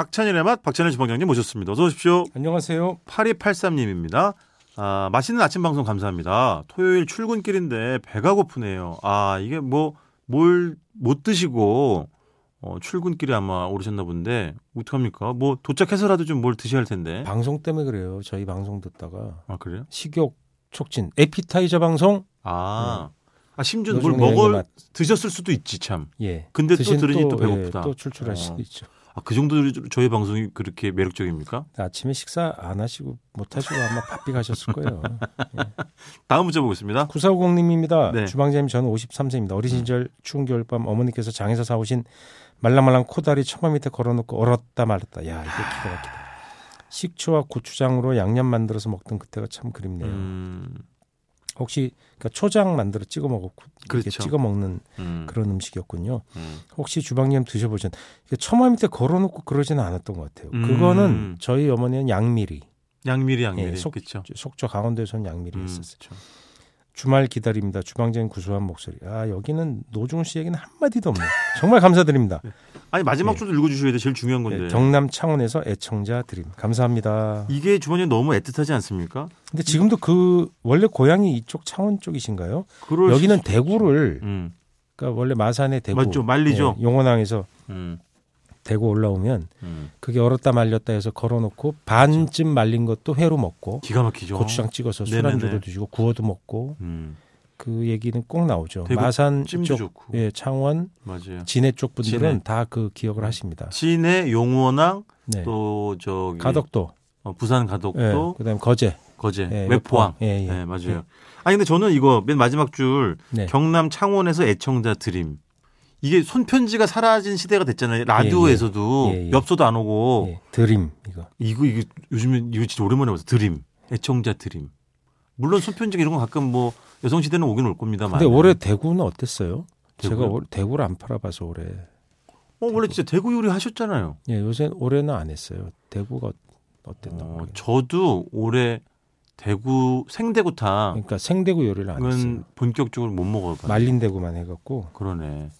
박찬일의 맛 박찬일 주방장님 모셨습니다. 어서 오십시오. 안녕하세요. 8283님입니다. 아, 맛있는 아침 방송 감사합니다. 토요일 출근길인데 배가 고프네요. 아, 이게 뭐 뭘 못 드시고 어, 출근길에 아마 오르셨나 본데 어떡합니까? 뭐 도착해서라도 좀 뭘 드셔야 할 텐데. 방송 때문에 그래요. 저희 방송 듣다가 아, 그래요? 식욕 촉진 에피타이저 방송 아. 아, 심지어 뭘 노중훈의 먹어 여행의 네. 맛. 드셨을 수도 있지 참. 예. 근데 또 드신 들으니 또, 예, 배고프다. 또 출출할 어. 수도 있죠. 아, 그 정도로 저희 방송이 그렇게 매력적입니까? 아침에 식사 안 하시고 못 하시고 아마 바삐 가셨을 거예요. 다음 문제 보겠습니다. 구사오공님입니다. 네. 음. 주방장님 저는 53세입니다. 어린 시절 추운 겨울밤 어머니께서 장에서 사오신 말랑말랑 코다리 처마 밑에 걸어놓고 얼었다 말았다. 야 이게 기가 막히다. 식초와 고추장으로 양념 만들어서 먹던 그때가 참 그립네요. 음. 혹시 그러니까 초장 만들어 찍어 먹었고 이렇게 그렇죠. 찍어 먹는 음. 그런 음식이었군요. 음. 혹시 주방님 드셔보신 이게 처마 밑에 걸어놓고 그러지는 않았던 것 같아요. 음. 그거는 저희 어머니는 양미리 양미리 양미리 예, 속- 그렇죠. 속초 강원도에서는 양미리 음, 했었어요. 그쵸. 주말 기다립니다. 주방장님 구수한 목소리. 아 여기는 노중훈 씨 얘기는 한 마디도 없네요. 정말 감사드립니다. 아니 마지막 예. 줄도 읽어주셔야 돼 제일 중요한 예, 건데 경남 창원에서 애청자 드림 감사합니다. 이게 주머니 너무 애틋하지 않습니까? 근데 지금도 그 원래 고향이 이쪽 창원 쪽이신가요? 그럴 여기는 수- 대구를 음. 그러니까 원래 마산의 대구 맞죠 말리죠. 예, 용원항에서 음. 대구 올라오면 음. 그게 얼었다 말렸다 해서 걸어놓고 반쯤 말린 것도 회로 먹고 기가 막히죠. 고추장 찍어서 네네네. 술안주로 드시고 구워도 먹고 음. 그 얘기는 꼭 나오죠. 대구 마산 찜도 쪽, 좋고 예, 창원, 맞아요. 진해 쪽 진해. 분들은 다 그 기억을 하십니다. 진해 용원항 네. 또 저기 가덕도, 어, 부산 예, 가덕도 그다음 거제, 거제 예, 외포항 예, 예. 예, 맞아요. 예. 아니 근데 저는 이거 맨 마지막 줄 네. 경남 창원에서 애청자 드림 이게 손편지가 사라진 시대가 됐잖아요. 라디오에서도 예, 예. 엽서도 안 오고 예, 드림 이거. 이거 이거 요즘에 이거 진짜 오랜만에 봐서 드림 애청자 드림 물론 손편지 이런 건 가끔 뭐 여성 시대는 오긴 올 겁니다만. 근데 올해 대구는 어땠어요? 제가 대구요? 올- 대구를 안 팔아봐서 올해. 어 원래 진짜 대구 요리 하셨잖아요. 예, 요새 올해는 안 했어요. 대구가 어- 어땠나? 어, 모르겠네요. 저도 올해 대구 생대구탕은 그러니까 생대구 요리를 안 했어요. 본격적으로 못 먹어봐요. 말린 대구만 해갖고 그러네.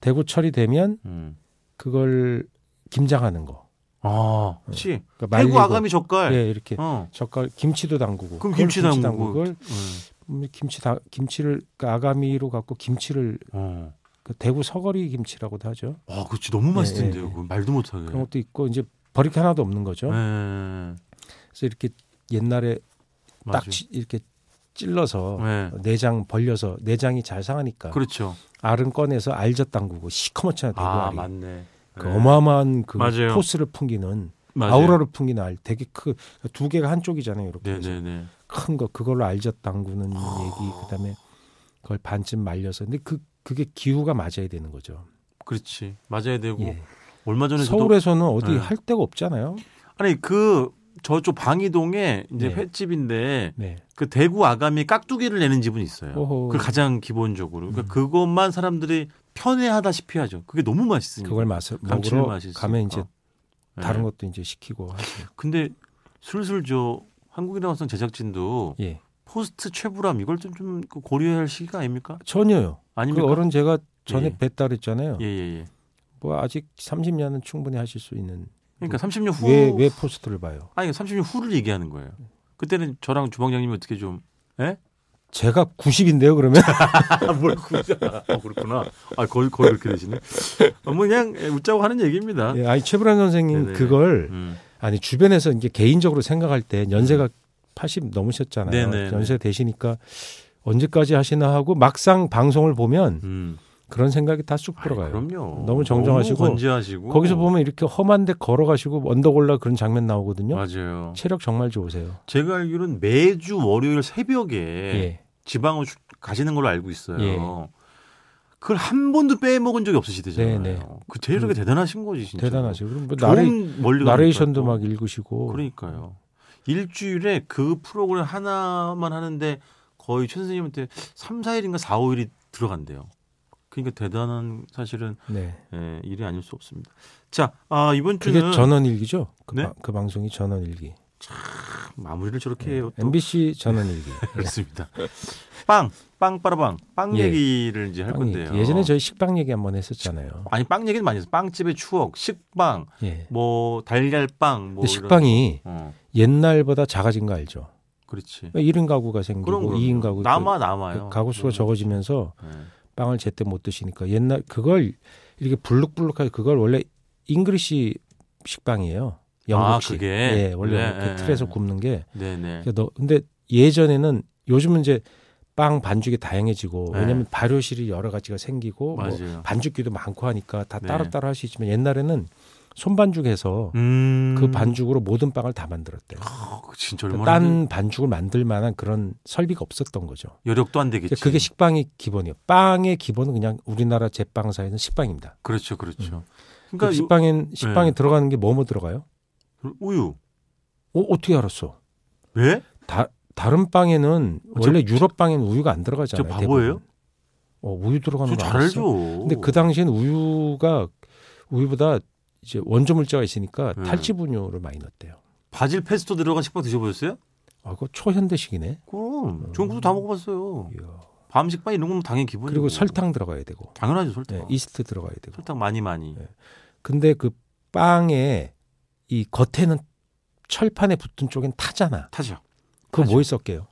대구 철이 되면 음. 그걸 김장하는 거. 아, 그렇지. 그러니까 대구 말리고, 아가미 젓갈. 예, 이렇게 어. 젓갈 김치도 담그고. 그럼 그걸 김치 담그고. 담그고 예. 음, 김치 다 김치를 그 아가미로 갖고 김치를 어. 그 대구 서거리 김치라고도 하죠. 아, 그렇지. 너무 맛있을 예, 텐데요. 예. 그거 말도 못하게. 그런 것도 있고 이제 버릴 게 하나도 없는 거죠. 예, 그래서 이렇게 옛날에 맞아요. 딱 찌- 이렇게 찔러서 예. 내장 벌려서 내장이 잘 상하니까 그렇죠. 알은 꺼내서 알젓 담그고 시커멓잖아 대구 아, 알이. 맞네. 그 예. 어마어마한 그 맞아요. 포스를 풍기는 예. 맞아요. 아우라를 풍기는 알 되게 크 두 개가 한쪽이잖아요 이렇게 해서 네네네. 큰 거 그걸로 알젓 담그는 아. 얘기 그다음에 그걸 반쯤 말려서 근데 그 그게 기후가 맞아야 되는 거죠 그렇지 맞아야 되고 예. 얼마 전에 저도 서울에서는 어디 네. 할 데가 없잖아요 아니 그 저쪽 방이동에 이제 네. 횟집인데 네 그 대구 아가미 깍두기를 내는 집은 있어요. 오호. 그 가장 기본적으로 그러니까 음. 그것만 사람들이 편애하다시피 하죠. 그게 너무 맛있으니까. 그걸 맛을 음. 먹으러 감칠맛이 가면 이제 있으니까. 예. 다른 것도 이제 시키고 하죠 근데 슬슬 저 한국인 왕성 제작진도 예 포스트 최불암 이걸 좀 좀그 고려해야 할 시기가 아닙니까? 전혀요 그 아닙니까? 어른 제가 전에 예. 뵀다그랬잖아요 예예예. 뭐 아직 30년은 충분히 하실 수 있는 그러니까 30년 후 왜 왜 포스트를 봐요 아니 30년 후를 얘기하는 거예요. 그때는 저랑 주방장님이 어떻게 좀 제가 90인데요 그러면 아, 뭘 굳이- 아, 그렇구나. 아, 거의, 거의 그렇게 되시네. 어, 뭐 그냥 웃자고 하는 얘기입니다. 예, 아니 최불안 선생님 네네. 그걸 음. 아니 주변에서 이제 개인적으로 생각할 때 연세가 80 넘으셨잖아요. 네네네. 연세 되시니까 언제까지 하시나 하고 막상 방송을 보면 음. 그런 생각이 다 쑥 들어가요. 아이, 그럼요. 너무 정정하시고 너무 건지하시고. 거기서 보면 이렇게 험한데 걸어가시고 언덕 올라 그런 장면 나오거든요. 맞아요. 체력 정말 좋으세요. 제가 알기로는 매주 월요일 새벽에 예. 지방으로 출- 가시는 걸로 알고 있어요. 예. 그걸 한 번도 빼먹은 적이 없으시대잖아요. 네, 네. 그 체력이 대단하신 거지 진짜. 대단하시고 그럼 뭐 나레, 좋은 멀리 가니까 나레이션도 또. 막 읽으시고 그러니까요. 일주일에 그 프로그램 하나만 하는데 거의 최 선생님한테 3, 4일인가 4, 5일이 들어간대요. 그러니까 대단한 사실은 네. 예, 일이 아닐 수 없습니다. 자, 아, 이번 그게 주는 전원 일기죠? 그, 네? 방- 그 방송이 전원 일기. 마무리를 저렇게 해요. 또. MBC 전원일기. 그렇습니다. 빵, 빵빠라빵, 빵 예. 얘기를 이제 할 빵 얘기. 건데요. 예전에 저희 식빵 얘기 한번 했었잖아요. 아니 빵 얘기는 많이 했어요. 빵집의 추억, 식빵, 예. 뭐 달걀빵, 뭐 근데 식빵이 이런. 어, 옛날보다 작아진 거 알죠? 그렇지. 1인 가구가 그럼, 생기고 그럼. 2인 뭐 가구 남아 그 남아요. 음. 가구 수가 적어지면서 네. 빵을 제때 못 드시니까 옛날 그걸 이렇게 불룩불룩하게 그걸 원래 잉글리시 식빵이에요. 영국식. 아, 그게? 예, 원래 네, 이렇게 네, 틀에서 네. 굽는 게 네, 네. 그러니까 너- 근데 예전에는 요즘은 이제 빵 반죽이 다양해지고 네. 왜냐하면 발효실이 여러 가지가 생기고 뭐 맞아요. 반죽기도 많고 하니까 다 네. 따로따로 할 수 있지만 옛날에는 손반죽해서 음. 그 반죽으로 모든 빵을 다 만들었대요. 아, 그거 진짜 그러니까 얼마나 딴 반죽을 만들 만한 그런 설비가 없었던 거죠. 여력도 안 되겠지. 그러니까 그게 식빵의 기본이에요. 빵의 기본은 그냥 우리나라 제빵사에는 식빵입니다. 그렇죠, 그렇죠. 그 그러니까 요- 식빵엔 식빵에 들어가는 게 뭐뭐 들어가요? 우유 어, 어떻게 알았어? 왜? 다 다른 빵에는 어, 저- 원래 유럽 빵에는 우유가 안 저 들어가잖아요. 바보예요? 대부분. 어, 우유 들어가는 거 저잘 알았어? 알죠. 근데 그 당시엔 우유가 우유보다 이제 원조 물자가 있으니까 네. 탈지분유를 많이 넣었대요. 바질 페스토 들어간 식빵 드셔보셨어요? 아, 그거 초현대식이네. 음. 그럼 전국도 다 먹어봤어요. 이야. 밤 식빵 이런 건 뭐. 당연히 기본이고. 그리고 설탕 들어가야 되고, 당연하죠 설탕. 네, 이스트 들어가야 되고. 설탕 많이 많이. 네. 근데 그 빵에 이 겉에는 철판에 붙은 쪽엔 타잖아. 타죠. 그걸 타죠. 뭐에 썼게요?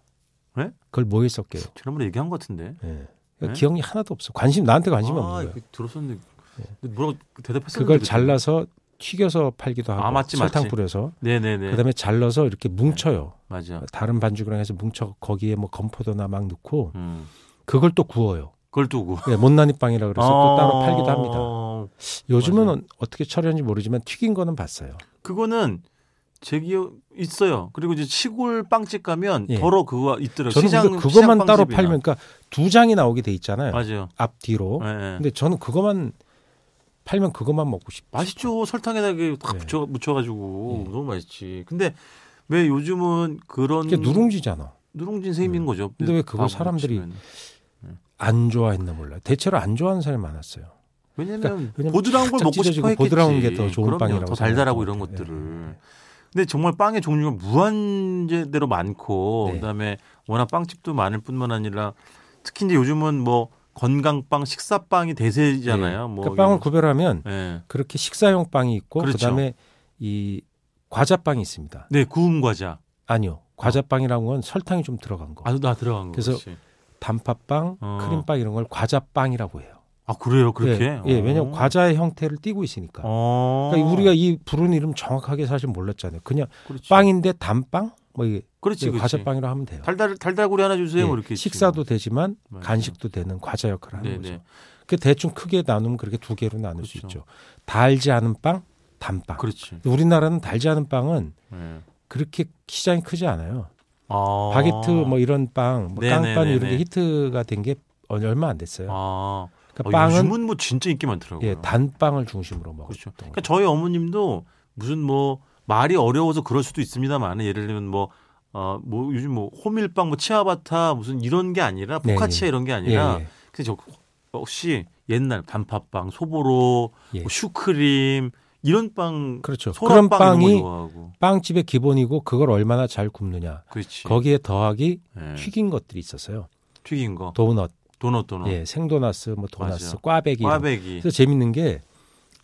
네? 그걸 뭐에 썼게요? 지난번에 얘기한 것 같은데. 예. 그러니까 네? 기억이 하나도 없어. 관심 나한테 관심이 아, 없는 거예요. 네. 이거 들었었는데 근데 뭐라고 대답했었는데. 그걸 그때. 잘라서 튀겨서 팔기도 하고 아, 맞지, 설탕 맞지. 뿌려서 네네네. 네. 그다음에 잘라서 이렇게 뭉쳐요. 맞아. 다른 반죽이랑 해서 뭉쳐 거기에 뭐 건포도나 막 넣고 음. 그걸 또 구워요. 그걸 두고. 예, 못난이 빵이라 그래서 또 따로 아. 팔기도 합니다. 어, 요즘은 어떻게 처리하는지 모르지만 튀긴 거는 봤어요. 그거는 제 기억 있어요. 그리고 이제 시골 빵집 가면 예. 더러 그거 있더라고. 저는 시장 근데 그것만 시장 따로 빵집이나. 팔면 그러니까 두 장이 나오게 돼 있잖아요. 맞아요. 앞뒤로. 예, 예. 근데 저는 그것만 팔면 그것만 먹고 싶. 맛있죠. 설탕에다 이게 다 네. 붙여 묻혀가지고 네. 너무 맛있지. 근데 왜 요즘은 그런 그게 누룽지잖아. 누룽진 셈인 음. 거죠. 근데 왜 그걸 밥으로 사람들이- 치면. 안 좋아했나 몰라. 대체로 안 좋아하는 사람이 많았어요. 왜냐면 그러니까 왜냐면 보드라운 걸 살짝 먹고 찢어지고 싶어 했겠지. 보드라운 게더 좋은 그럼요. 빵이라고 더 네. 달달하고 이런 생각하고. 것들을. 근데 정말 빵의 종류가 무한대로 많고 네. 그다음에 워낙 빵집도 많을 뿐만 아니라 특히 이제 요즘은 뭐 건강빵, 식사빵이 대세잖아요. 네. 뭐 그러니까 빵을 구별하면 예. 그렇게 식사용 빵이 있고 그 그렇죠. 다음에이 과자빵이 있습니다. 네, 구운 과자. 아니요. 과자빵이라는 건 설탕이 좀 들어간 거. 아주 나 들어간 거. 그래서- 그렇지. 단팥빵, 어. 크림빵 이런 걸 과자빵이라고 해요. 아 그래요, 그렇게. 예, 예, 왜냐하면 어. 과자의 형태를 띠고 있으니까. 어. 그러니까 우리가 이 부른 이름 정확하게 사실 몰랐잖아요. 그냥 그렇지. 빵인데 단빵 뭐 이게 그렇지, 그렇지. 과자빵이라 하면 돼요. 달달 달달구리 하나 주세요. 예, 뭐 이렇게 식사도 되지만 맞아요. 간식도 되는 과자 역할을 하는 네네. 거죠. 그 대충 크게 나누면 그렇게 두 개로 나눌 수 그렇죠. 있죠. 달지 않은 빵, 단빵. 그렇지. 우리나라는 달지 않은 빵은 예. 그렇게 시장이 크지 않아요. 아. 바게트 뭐 이런 빵, 뭐 네네네네. 깡빵 이런 게 히트가 된 게 얼마 안 됐어요. 아. 그러니까 어, 빵은 요즘은 뭐 진짜 인기 많더라고요. 예, 단빵을 중심으로 먹었죠. 그렇죠. 그러니까 저희 어머님도 무슨 뭐 말이 어려워서 그럴 수도 있습니다만 예를 들면 뭐 어, 뭐 요즘 뭐 호밀빵 뭐 치아바타 무슨 이런 게 아니라 네, 포카치아 이런 게 아니라 예, 그저 혹시 옛날 단팥빵, 소보로, 예. 뭐 슈크림 이런 빵 그렇죠. 소라빵 그런 이런 거 빵이 좋아하고. 빵집의 기본이고 그걸 얼마나 잘 굽느냐. 그렇지. 거기에 더하기 예. 튀긴 것들이 있었어요. 튀긴 거. 도넛, 도넛 도넛. 예, 생도나스, 뭐 어. 도나스, 맞아요. 꽈배기. 이런 꽈배기. 그래서 재밌는 게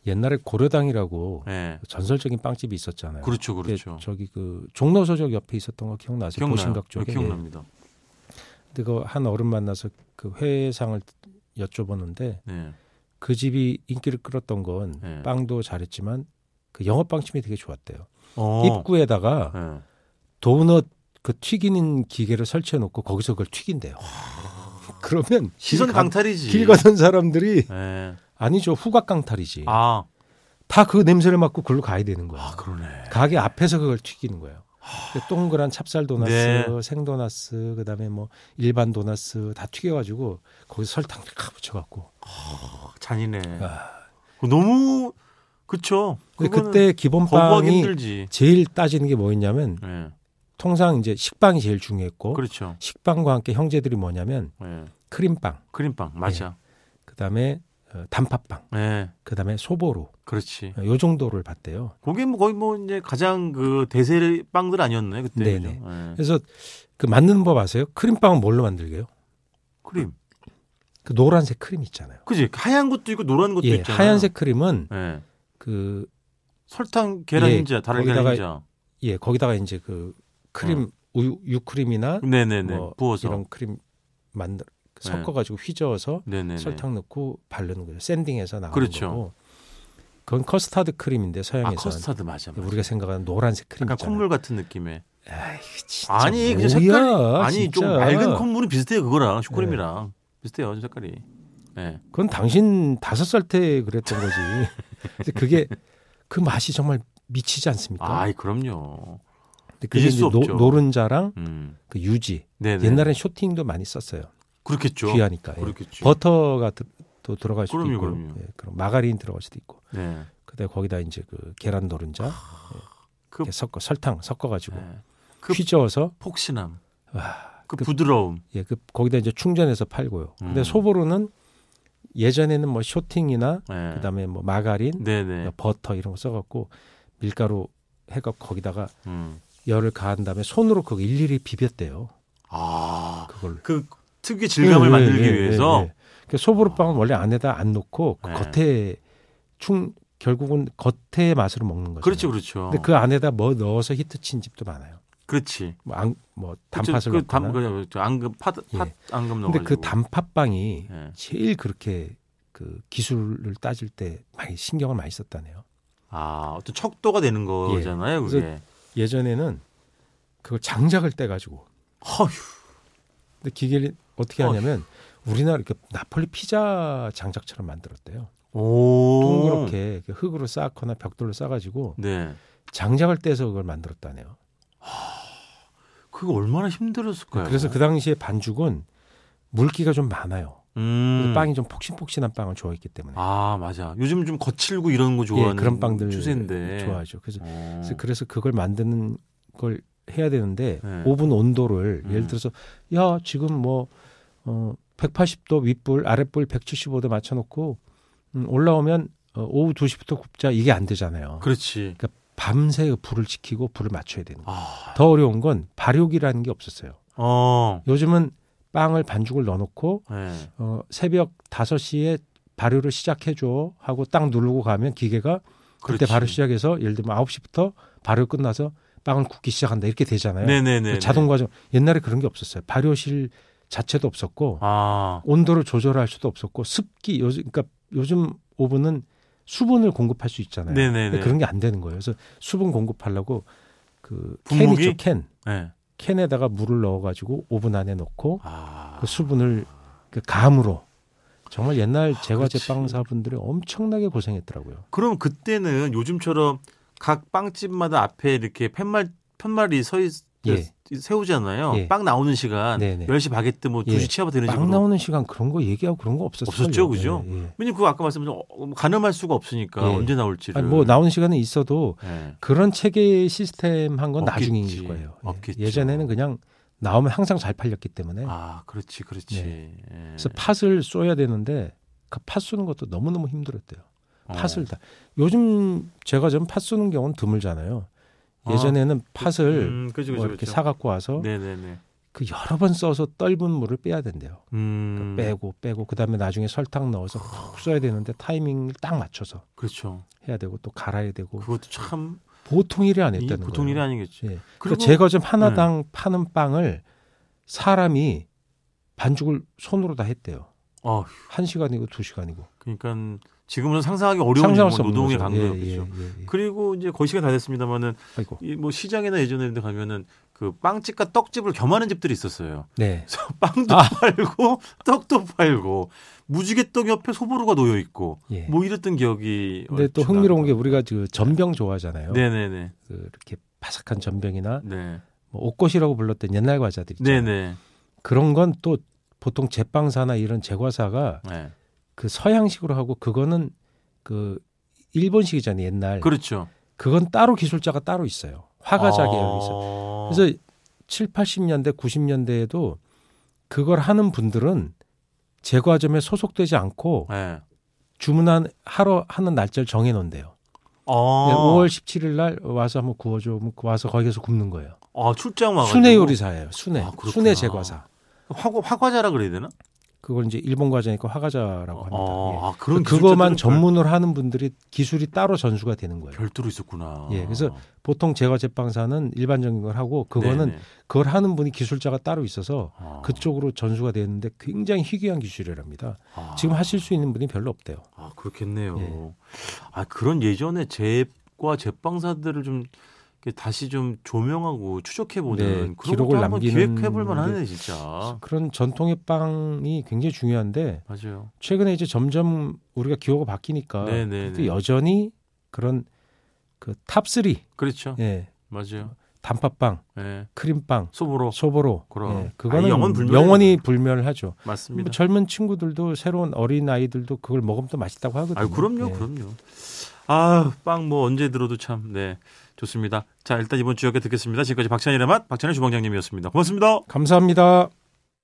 옛날에 고려당이라고 예. 전설적인 빵집이 있었잖아요. 그렇죠. 근데 그렇죠. 저기 그 종로서적 옆에 있었던 거 기억나세요? 기억나요? 예, 보신각 쪽에. 기억납니다. 근데 그한 어른 만나서 그 회상을 여쭤보는데 네. 그 집이 인기를 끌었던 건 네. 빵도 잘했지만 그 영업 방침이 되게 좋았대요. 어. 입구에다가 예. 도넛 그 튀기는 기계를 설치해 놓고 거기서 그걸 튀긴대요. 그러면 시선 길 가- 강탈이지. 길 가던 사람들이 예. 아니죠 후각 강탈이지. 아, 다 그 냄새를 맡고 그걸로 가야 되는 거야. 아 그러네. 가게 앞에서 그걸 튀기는 거예요. 그 동그란 찹쌀 도나스, 네. 생 도나스, 그다음에 뭐 일반 도나스 다 튀겨가지고 거기 설탕 탁 붙여갖고. 잔인해. 아. 그거 너무 그쵸. 근데 그거는 그때 거부하기 기본빵이 힘들지. 제일 따지는 게 뭐였냐면 예, 통상 이제 식빵이 제일 중요했고 그렇죠. 식빵과 함께 형제들이 뭐냐면 예, 크림빵, 크림빵 맞아. 그다음에 어, 단팥빵, 예. 그다음에 소보루 그렇지. 어, 요 정도를 봤대요. 그게 뭐 거의 뭐 이제 가장 그 대세 빵들 아니었나요 그때? 네네. 그죠? 예. 그래서 그 만드는 법 아세요? 크림빵은 뭘로 만들게요? 크림. 그 노란색 크림 있잖아요. 그지 하얀 것도 있고 노란 것도 예, 있잖아. 하얀색 크림은 예. 그 설탕 계란 예, 흰자, 달걀 거기다가- 흰자. 예, 거기다가 이제 그 어. 크림 우유 유크림이나 네네네. 뭐 부어서. 이런 크림 만들 네. 섞어 가지고 휘저어서 네네네. 설탕 넣고 바르는 거죠. 샌딩해서 나오는 그렇죠. 거고. 그건 커스타드 크림인데 아 서양에서는 예, 커스터드 맞아. 맞아. 우리가 생각하는 노란색 크림 약간 있잖아요. 콧물 같은 느낌의. 아이, 진짜 아니 뭐야, 그냥 색깔. 아니 진짜. 네. 좀 맑은 콧물은 비슷해요 그거랑 슈크림이랑 비슷해요 좀 색깔이. 예. 그건 당신 다섯 살 때 그랬던 거지. 근데 그게 그 맛이 정말 미치지 않습니까? 아이 그럼요. 근데 그게 잊을 수 이제 노, 없죠. 노른자랑 음. 그 유지. 네네. 옛날엔 쇼팅도 많이 썼어요. 그렇겠죠. 귀하니까. 예. 그렇겠죠. 버터가 드- 또 들어갈 수도 그럼요, 있고, 그럼요. 예, 그럼 마가린 들어갈 수도 있고, 네. 그다음 에 거기다 이제 그 계란 노른자 예. 그- 이렇게 섞어 설탕 섞어가지고 예. 그 휘저어서 폭신함. 와, 그, 그- 부드러움. 예, 그 거기다 이제 충전해서 팔고요. 근데 음. 소보루는 예전에는 뭐 쇼팅이나 네. 그다음에 뭐 마가린, 그러니까 네네. 버터 이런 거 써갖고 밀가루 해갖고 거기다가 음. 열을 가한 다음에 손으로 그거 일일이 비볐대요. 아. 그걸로. 그 특유의 질감을 예, 만들기 예, 예, 위해서. 예. 그 소보루빵은 원래 안에다 안 넣고 그 네. 겉에 충 결국은 겉에 맛으로 먹는 거죠. 그렇죠, 그렇죠. 근데 그 안에다 뭐 넣어서 히트 친 집도 많아요. 그렇지. 뭐, 안, 뭐 단팥을 그 넣거나. 예. 담, 그, 저 앙금, 팥, 팥 앙금 넣어가지고. 근데 그 단팥빵이 예. 제일 그렇게 그 기술을 따질 때 많이 신경을 많이 썼다네요. 아, 어떤 척도가 되는 거잖아요, 예. 그래서- 그게. 예전에는 그걸 장작을 떼 가지고 허휴. 근데 기계를 어떻게 하냐면 우리나라 이렇게 나폴리 피자 장작처럼 만들었대요. 오. 동그랗게 그 흙으로 쌓거나 벽돌로 쌓 가지고 네. 장작을 떼서 그걸 만들었다네요. 그거 얼마나 힘들었을까요? 그래서 그 당시에 반죽은 물기가 좀 많아요. 그 음. 빵이 좀 폭신폭신한 빵을 좋아했기 때문에. 아, 맞아. 요즘 좀 거칠고 이런 거 예, 좋아하는 그런 빵들 추세인데. 좋아하죠. 그래서 어. 그래서- 그래서 그걸 만드는 걸 해야 되는데 네. 오븐 온도를 음. 예를 들어서 야 지금 뭐 어, 180도 윗불 아랫불 175도 맞춰놓고 음, 올라오면 어, 오후 2시부터 굽자 이게 안 되잖아요. 그렇지. 밤새 불을 지키고 불을 맞춰야 되는 거예요. 아. 더 어려운 건 발효기라는 게 없었어요. 어. 요즘은 빵을 반죽을 넣어놓고 네. 어, 새벽 5시에 발효를 시작해줘 하고 딱 누르고 가면 기계가 그때 그렇지. 발효 시작해서 예를 들면 9시부터 발효 끝나서 빵을 굽기 시작한다 이렇게 되잖아요. 네네네. 그 자동 과정 옛날에 그런 게 없었어요. 발효실 자체도 없었고 아. 온도를 조절할 수도 없었고 습기 요즘 그러니까 요즘 오븐은 수분을 공급할 수 있잖아요. 네네네. 근데 그런 게 안 되는 거예요. 그래서 수분 공급하려고 그 분무기? 캔이죠 캔 네. 캔에다가 물을 넣어가지고 오븐 안에 넣고 아. 그 수분을 그 감으로 정말 옛날 제과제 아, 그렇지. 빵사분들이 엄청나게 고생했더라고요. 그럼 그때는 요즘처럼 각 빵집마다 앞에 이렇게 팻말 팻말이 서 있, 예. 세우잖아요. 예. 빵 나오는 시간 네네. 10시 바게트 뭐 2시 예. 치아바 되는 식으로. 빵 나오는 시간 그런 거 얘기하고 그런 거 없었어요. 없었죠, 그죠? 예, 예. 왜냐면 그거 아까 말씀드린 어, 가늠할 수가 없으니까 예. 언제 나올지를. 아니, 뭐 나오는 시간은 있어도 예. 그런 체계 시스템 한 건 없겠지. 나중인 거예요. 예. 없겠죠. 예전에는 그냥 나오면 항상 잘 팔렸기 때문에 아, 그렇지, 그렇지. 예. 예. 네. 그래서 팥을 쏘야 되는데 그 팥 쏘는 것도 너무 너무 힘들었대요. 어. 팥을 다 요즘 제가 좀 팥 쏘는 경우는 드물잖아요. 예전에는 팥을 어. 음, 그죠, 뭐 그죠, 이렇게 그죠. 사갖고 와서 네네네. 그 여러 번 써서 떫은 물을 빼야 된대요. 그 음, 그러니까 빼고 빼고 그다음에 나중에 설탕 넣어서 푹 써야 되는데 타이밍을 딱 맞춰서 그렇죠. 해야 되고 또 갈아야 되고 그것도 참뭐 보통 일이 안 이 했다는 보통 거예요. 일이 아니겠지. 예. 그리고- 네. 그러니까 제가 좀 하나당 파는 빵을 사람이 반죽을 손으로 다 했대요. 어, 한 시간이고 두 시간이고 그러니까 지금은 상상하기 어려운 상상할 수 뭐 없는 노동의 거죠. 강도였겠죠. 예, 예, 예, 예. 그리고 이제 거의 시간 다 됐습니다만은 아이고. 이 뭐 시장이나 예전에 이런 데 가면은 그 빵집과 떡집을 겸하는 집들이 있었어요. 네. 그래서 빵도 아. 팔고 떡도 팔고 무지개떡 옆에 소보루가 놓여 있고 예. 뭐 이랬던 기억이. 근데 또 흥미로운 게 우리가 그 전병 좋아하잖아요. 네네네. 그 이렇게 바삭한 전병이나 네. 뭐 옷꽃이라고 불렀던 옛날 과자들 있잖아요. 네네. 그런 건 또 보통 제빵사나 이런 제과사가 네. 그 서양식으로 하고 그거는 그 일본식이잖아요. 옛날. 그렇죠. 그건 따로 기술자가 따로 있어요. 네. 화가자 아. 계열이 있어요. 그래서 7, 80년대, 90년대에도 그걸 하는 분들은 제과점에 소속되지 않고 네. 주문한 하러 하는 날짜를 정해 놓은대요. 아, 5월 17일 날 와서 한번 구워줘. 그럼 와서 거기서 굽는 거예요. 아 출장 와가지고 순회 요리사예요. 순회. 아, 그렇구나. 순회 제과사. 화, 화과자라 그래야 되나? 그걸 이제 일본 과자니까 화과자라고 합니다. 예. 아, 아, 그런 그거만 기술자들은 전문으로 하는 분들이 기술이 따로 전수가 되는 별, 거예요. 별도로 있었구나. 예, 그래서 보통 제과 제빵사는 일반적인 걸 하고 그거는 네네. 그걸 하는 분이 기술자가 따로 있어서 아, 그쪽으로 전수가 되는데 굉장히 희귀한 기술이랍니다. 아, 지금 하실 수 있는 분이 별로 없대요. 아 그렇겠네요. 예. 아 그런 예전에 제과 제빵사들을 좀 이렇게 다시 좀 조명하고 추적해 보는 네, 그런 기록을 것도 한번 남기는 기획해 볼 만하네 게- 진짜. 그런 전통의 빵이 굉장히 중요한데 맞아요. 최근에 이제 점점 우리가 기호가 바뀌니까 네네네. 그래도 여전히 그런 그탑 쓰리, 그렇죠. 예, 맞아요. 단팥빵, 예. 크림빵, 소보로 소보로, 그럼. 예, 그거는 아, 영원 불멸이구나. 영원히 불멸하죠. 뭐 맞습니다. 젊은 친구들도 새로운 어린 아이들도 그걸 먹으면 또 맛있다고 하거든요. 아 그럼요, 예. 그럼요. 아, 빵 뭐 언제 들어도 참, 네, 좋습니다. 자, 일단 이번 주역에 듣겠습니다. 지금까지 박찬일의 맛, 박찬일 주방장님이었습니다. 고맙습니다. 감사합니다.